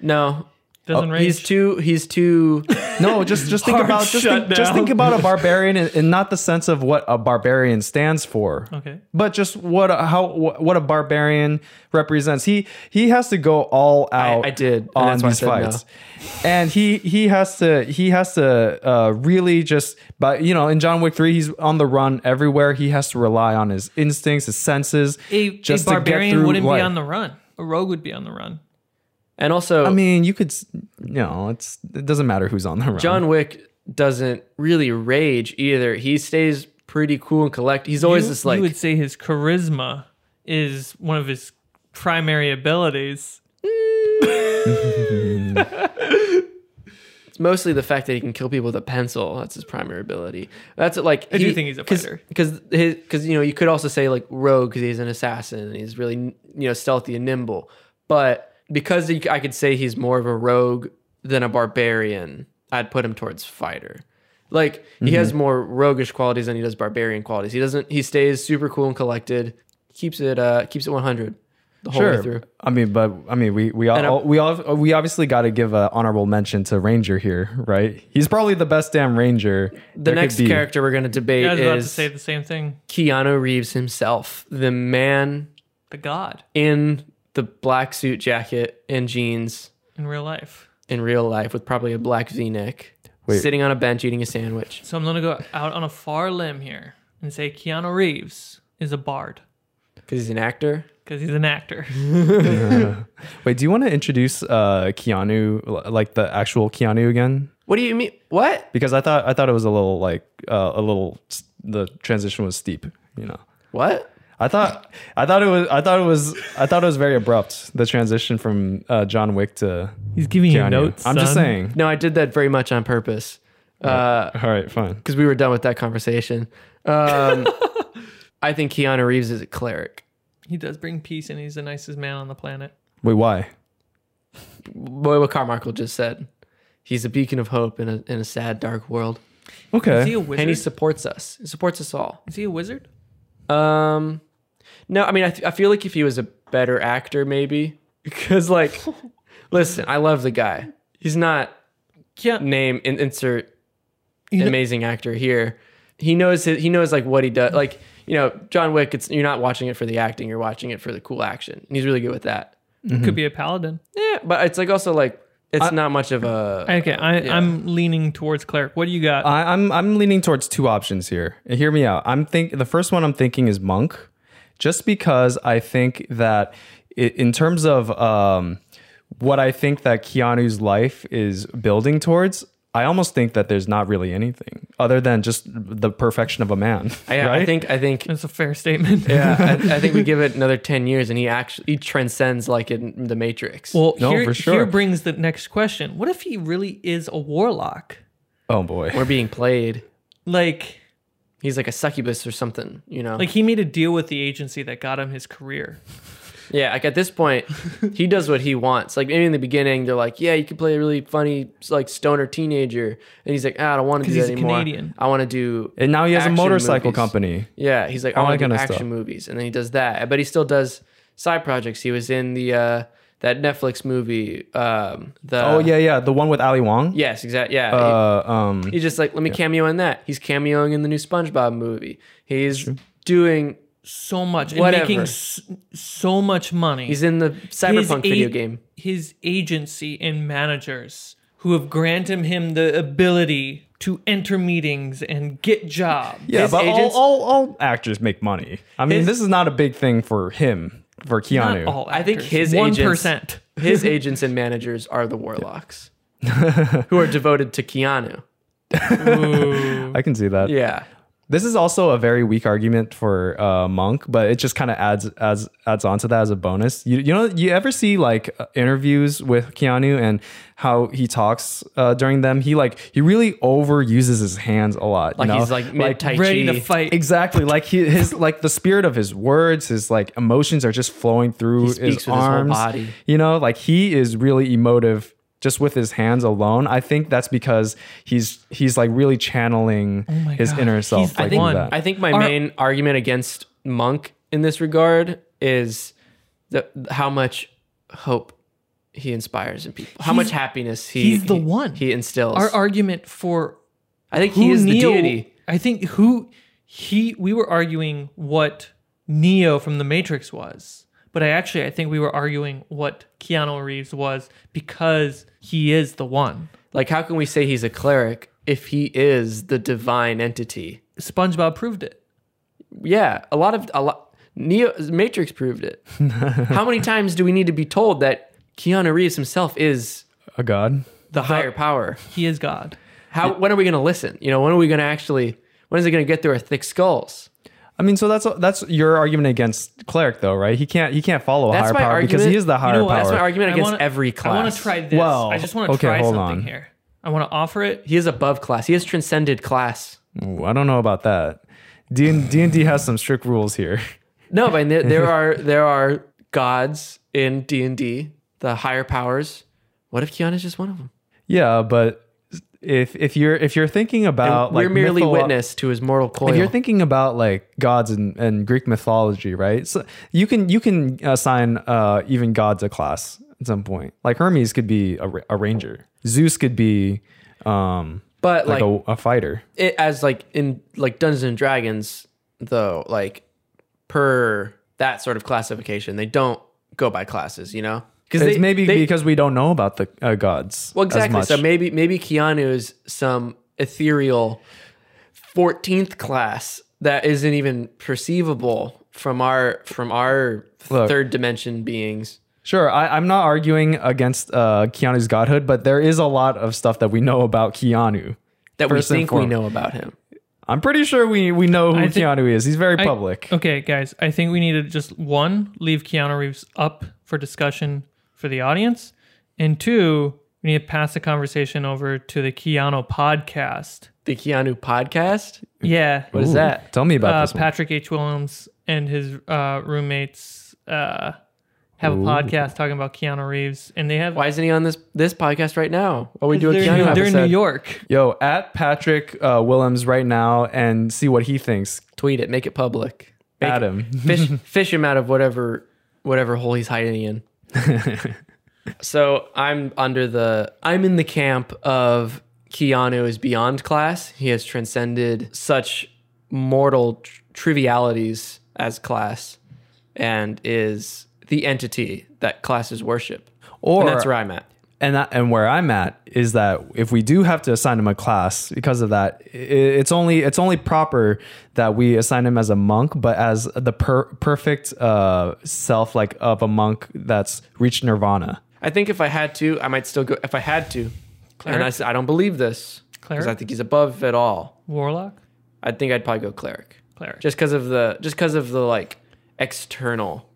S3: No.
S2: Oh,
S1: Doesn't range.
S3: He's too he's too
S2: no just just think
S1: Hard
S2: about just think, just
S1: shutdown.
S2: think about a barbarian and, and not the sense of what a barbarian stands for
S1: Okay.
S2: but just what a, how wh- what a barbarian represents he he has to go all out
S3: I did, and
S2: on
S3: that's why I
S2: these
S3: said no.
S2: fights and he he has to he has to uh really just but you know in john wick 3 he's on the run everywhere he has to rely on his instincts his senses
S1: A,
S2: just
S1: a
S2: to get
S1: barbarian
S2: through
S1: wouldn't
S2: life.
S1: be on the run. A rogue would be on the run.
S3: and also
S2: i mean you could s- you know it's it doesn't matter who's on the run
S1: Uh-huh.
S3: John Wick doesn't really rage either. He stays pretty cool and collect. He's always
S1: you,
S3: just like
S1: you would say his charisma is one of his primary abilities.
S3: It's mostly the fact that he can kill people with a pencil. That's his primary ability. That's like
S1: I do think he's a fighter.
S3: because because you know you could also say like rogue because he's an assassin and he's really you know stealthy and nimble. But because he, I could say he's more of a rogue than a barbarian, I'd put him towards fighter. Like he has more roguish qualities than he does barbarian qualities. He doesn't. He stays super cool and collected. Keeps it uh keeps it one hundred the whole way through.
S2: I mean, but I mean, we we
S3: And I-
S2: all, we all we obviously got to give an honorable mention to Ranger here, right? He's probably the best damn Ranger.
S3: The next character we're gonna debate
S1: I was about to
S3: is
S1: say the same thing.
S3: Keanu Reeves himself, the man
S1: The god
S3: in the black suit jacket and jeans
S1: in real life.
S3: in real life with probably a black v-neck
S2: Wait.
S3: sitting on a bench eating a sandwich.
S1: So I'm gonna go out on a far limb here and say Keanu Reeves is a bard
S3: Cuz he's an actor.
S1: because he's an
S2: *laughs*
S1: actor.
S2: Wait, do you want to introduce uh, Keanu, l- like the actual Keanu again?
S3: What do you mean? What?
S2: Because I thought I thought it was a little like uh, a little s- the transition was steep, you know.
S3: What?
S2: I thought I thought it was I thought it was I thought it was very abrupt the transition from uh, John Wick to
S1: He's giving
S2: Keanu. I'm just saying.
S3: No, I did that very much on purpose. Uh
S2: All right, fine.
S3: 'cause cuz we were done with that conversation. Um *laughs* I think Keanu Reeves is a cleric.
S1: He does bring peace, and he's the nicest man on the planet.
S2: Wait, why?
S3: Boy, what Carmichael just said. He's a beacon of hope in a in a sad dark world.
S1: Is he
S2: Okay.
S1: a
S3: And
S1: wizard?
S3: he supports us. He supports us all.
S1: is he a wizard?
S3: Um, no, I mean, I, th- I feel like if he was a better actor, maybe *laughs* because like,
S1: *laughs*
S3: listen, I love the guy. He's not
S1: Yeah.
S3: name in, insert
S1: kn-
S3: amazing actor here. He knows his, he knows like what he does. Like you know, John Wick. It's you're not watching it for the acting. You're watching it for the cool action. And he's really good with that.
S1: Could be a paladin.
S3: Yeah, but it's like also like it's not much of a.
S1: Okay, I,
S3: Yeah.
S1: I'm leaning towards cleric. What do you got?
S2: I, I'm I'm leaning towards two options here. And Hear me out. I'm think the first one I'm thinking is monk, just because I think that i in terms of um, what I think that Keanu's life is building towards. I almost think that there's not really anything other than just the perfection of a man.
S3: *laughs* I, I
S2: right?
S3: think I
S1: *laughs*
S3: think
S1: That's a fair statement.
S3: yeah I, I think we give it another ten years and he actually he transcends like in the Matrix.
S1: *laughs* Well,
S2: No,
S1: here,
S2: for sure.
S1: here brings the next question. What if he really is a warlock?
S2: oh boy.
S3: we're being played.
S1: Like,
S3: he's like a succubus or something, you know.
S1: like he made a deal with the agency that got him his career.
S3: yeah, like at this point, he does what he wants. Like maybe in the beginning, they're like, "Yeah, you can play a really funny like stoner teenager," and he's like, "Ah, I don't want to do
S1: 'Cause
S3: that
S1: he's a
S3: anymore.
S1: Canadian.
S3: I want to do."
S2: And now he has a
S3: action
S2: motorcycle
S3: movies."
S2: company.
S3: Yeah, he's like, "I
S2: All
S3: want
S2: that
S3: to do
S2: kinda
S3: action
S2: stuff.
S3: movies," and then he does that. But he still does side projects. He was in the uh, that Netflix movie. Um, the
S2: oh yeah, yeah, the one with Ali Wong.
S3: yes, exactly. Yeah,
S2: Uh, um,
S3: He's just like, let me cameo in that. He's cameoing in the new SpongeBob movie. He's doing.
S1: so much
S3: Whatever.
S1: and making s- so much money.
S3: He's in the
S1: His
S3: Cyberpunk
S1: a-
S3: video game.
S1: His agency and managers who have granted him the ability to enter meetings and get jobs.
S2: yeah,
S3: his
S2: but all,
S3: agents-
S2: all all actors make money. I mean,
S1: His-
S2: this is not a big thing for him for Keanu.
S1: Not all
S3: I think
S1: actors,
S3: his
S1: one
S3: agents-
S1: percent. *laughs*
S3: His agents and managers are the Warlocks, who are devoted to Keanu.
S2: I can see that.
S3: Yeah.
S2: This is also a very weak argument for uh, Monk, but it just kind of adds adds adds on to that as a bonus. You you know you ever see like uh, interviews with Keanu and how he talks uh, during them? He like he really overuses his hands a lot.
S3: Like
S2: you know?
S3: he's like mid Tai
S1: Ready to
S3: Chi.
S1: fight.
S2: Exactly, like he, his like the spirit of his words, his like emotions are just flowing through
S3: speaks
S2: his
S3: with his whole
S2: arms.
S3: body.
S2: You know, like he is really emotive just with his hands alone. I think that's because he's he's like really channeling
S3: Oh
S1: my
S2: his
S1: God.
S2: inner
S1: He's
S2: self.
S1: the
S2: like, through
S1: one.
S2: that.
S3: I think my
S1: Are-
S3: main argument against Monk in this regard is the, how much hope he inspires in people, how
S1: He's-
S3: much happiness he
S1: he's the
S3: he-
S1: one.
S3: he instills.
S1: Our argument for
S3: I think he
S1: who
S3: is the
S1: Neo-
S3: deity.
S1: I think who he we were arguing what Neo from the Matrix was, but I actually I think we were arguing what Keanu Reeves was because he is the one.
S3: Like, how can we say he's a cleric if he is the divine entity?
S1: SpongeBob proved it.
S3: Yeah, a lot of a lot. Neo Matrix proved
S2: *laughs*
S3: it. how many times do we need to be told that Keanu Reeves himself is
S2: a god.
S3: the higher power?
S1: He is God.
S3: How when are we going to listen? You know, when are we going to actually? When is it going to get through our thick skulls?
S2: I mean, so that's that's your argument against cleric, though, right? He can't he can't follow a
S3: That's
S2: higher
S3: my
S2: power because
S3: argument.
S2: he is the
S3: You
S2: higher
S1: know what?
S2: power.
S1: That's
S3: That's my argument
S1: I
S3: against
S1: wanna-
S3: every class.
S1: I want to try this.
S2: Well,
S1: I just want to
S2: okay,
S1: try
S2: hold
S1: something
S2: on.
S1: here. I want to offer it.
S3: He is above class. He has transcended class.
S2: Ooh, I don't know about that. D and D has some strict rules here. *laughs*
S3: No, but there, there are there are gods in D and D, the higher powers. What if Keanu's just one of them?
S2: Yeah, but if if you're if you're thinking about
S3: We're
S2: Uh, like
S3: merely
S2: mytho-
S3: witness to his mortal coil.
S2: If you're thinking about like gods and, and Greek mythology, right? So you can you can assign uh, even gods a class at some point. Like Hermes could be a, ra- a ranger. Zeus could be um,
S3: but
S2: like,
S3: like,
S2: a, a fighter.
S3: it, as like in like Dungeons and Dragons, though, like per that sort of classification, they don't go by classes. You know, because
S2: It's maybe because we don't know about the uh, gods.
S3: Well,
S2: as
S3: exactly.
S2: much.
S3: So maybe maybe Keanu is some ethereal fourteenth class that isn't even perceivable from our from our
S2: Look.
S3: third dimension beings.
S2: Sure, I, I'm not arguing against uh, Keanu's godhood, but there is a lot of stuff that we know about Keanu.
S3: That
S2: First
S3: we
S2: and
S3: think we
S2: foremost.
S3: know about him.
S2: I'm pretty sure we, we know who
S1: I thi-
S2: Keanu is. He's very
S1: I-
S2: public.
S1: okay, guys, I think we need to just one, leave Keanu Reeves up for discussion for the audience, and two, we need to pass the conversation over to the Keanu podcast.
S3: The Keanu podcast.
S1: Yeah,
S3: What is
S2: Ooh,
S3: that?
S2: Tell me about
S1: uh,
S2: this one.
S1: Patrick H. Williams and his uh, roommates uh, have a podcast talking about Keanu Reeves, and they have
S3: Why isn't he on this this podcast right now? While we do a
S1: they're,
S3: Keanu
S1: in, they're in
S3: episode?
S1: New York.
S2: Yo, at Patrick uh, Willems right now and see what he thinks.
S3: Tweet it. Make it public. Make
S2: At
S3: it-
S2: him.
S3: fish fish him out of whatever whatever hole he's hiding in. so I'm under the I'm in the camp of Keanu is beyond class. He has transcended such mortal tr- trivialities as class and is the entity that classes worship.
S2: Or
S3: and that's where I'm at.
S2: and that, and where I'm at is that if we do have to assign him a class because of that, i it's only it's only proper that we assign him as a monk, but as the per- perfect uh, self like of a monk that's reached nirvana.
S3: I think if I had to, I might still go if I had to. And I s- I don't believe this because
S1: Cleric?
S3: I think he's above it all.
S1: Warlock,
S3: I think I'd probably go cleric.
S1: Cleric.
S3: just because of the just because of the like external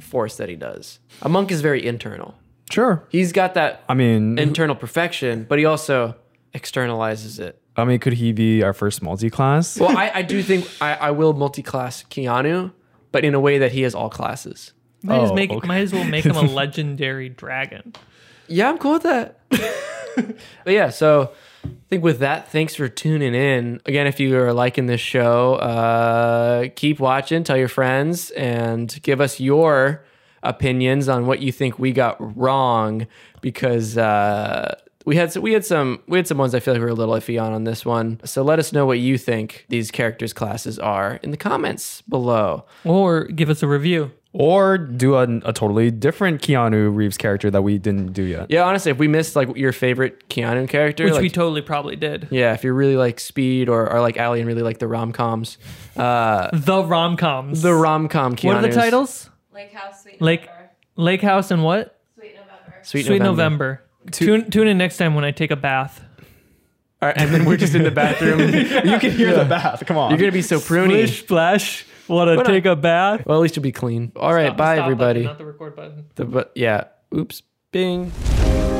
S3: force that he does. A monk is very internal.
S2: Sure.
S3: He's got that
S2: I mean,
S3: internal perfection, but he also externalizes it.
S2: I mean, could he be our first multi-class?
S3: Well, I, I do think I, I will multi-class Keanu, but in a way that he has all classes.
S1: might, as
S2: Oh,
S1: make,
S2: okay.
S1: might as well make him
S3: *laughs*
S1: a legendary dragon.
S3: Yeah, I'm cool with that. *laughs* but yeah, so I think with that, thanks for tuning in. Again, if you are liking this show, uh, keep watching, tell your friends, and give us your opinions on what you think we got wrong because uh, we had we had some we had some ones I feel like we were a little iffy on on this one. So let us know what you think these characters classes are in the comments below.
S1: Or give us a review.
S2: Or do a, a totally different Keanu Reeves character that we didn't do yet.
S3: Yeah, honestly, if we missed like your favorite Keanu character,
S1: Which
S3: like,
S1: we totally probably did.
S3: yeah, if you really like Speed or, or like Ali and really like the rom coms, uh,
S1: The rom coms. *laughs*
S3: the rom com Keanu.
S1: What are the titles?
S4: Lake House, Sweet
S1: Lake-
S4: November.
S1: Lake House and what?
S4: Sweet November.
S3: Sweet,
S1: Sweet
S3: November.
S1: November. Tune, tune in next time when I take a bath.
S3: All right, and then we're just in the bathroom.
S2: You can hear the bath. Come on.
S3: *laughs* You're gonna be so pruny.
S1: Splish splash. Wanna
S3: What a-
S1: take a bath?
S3: Well, at least you'll be clean. All right,
S1: Stop-
S3: bye
S1: stop button,
S3: everybody.
S1: not the record button.
S3: The, but yeah, oops, bing.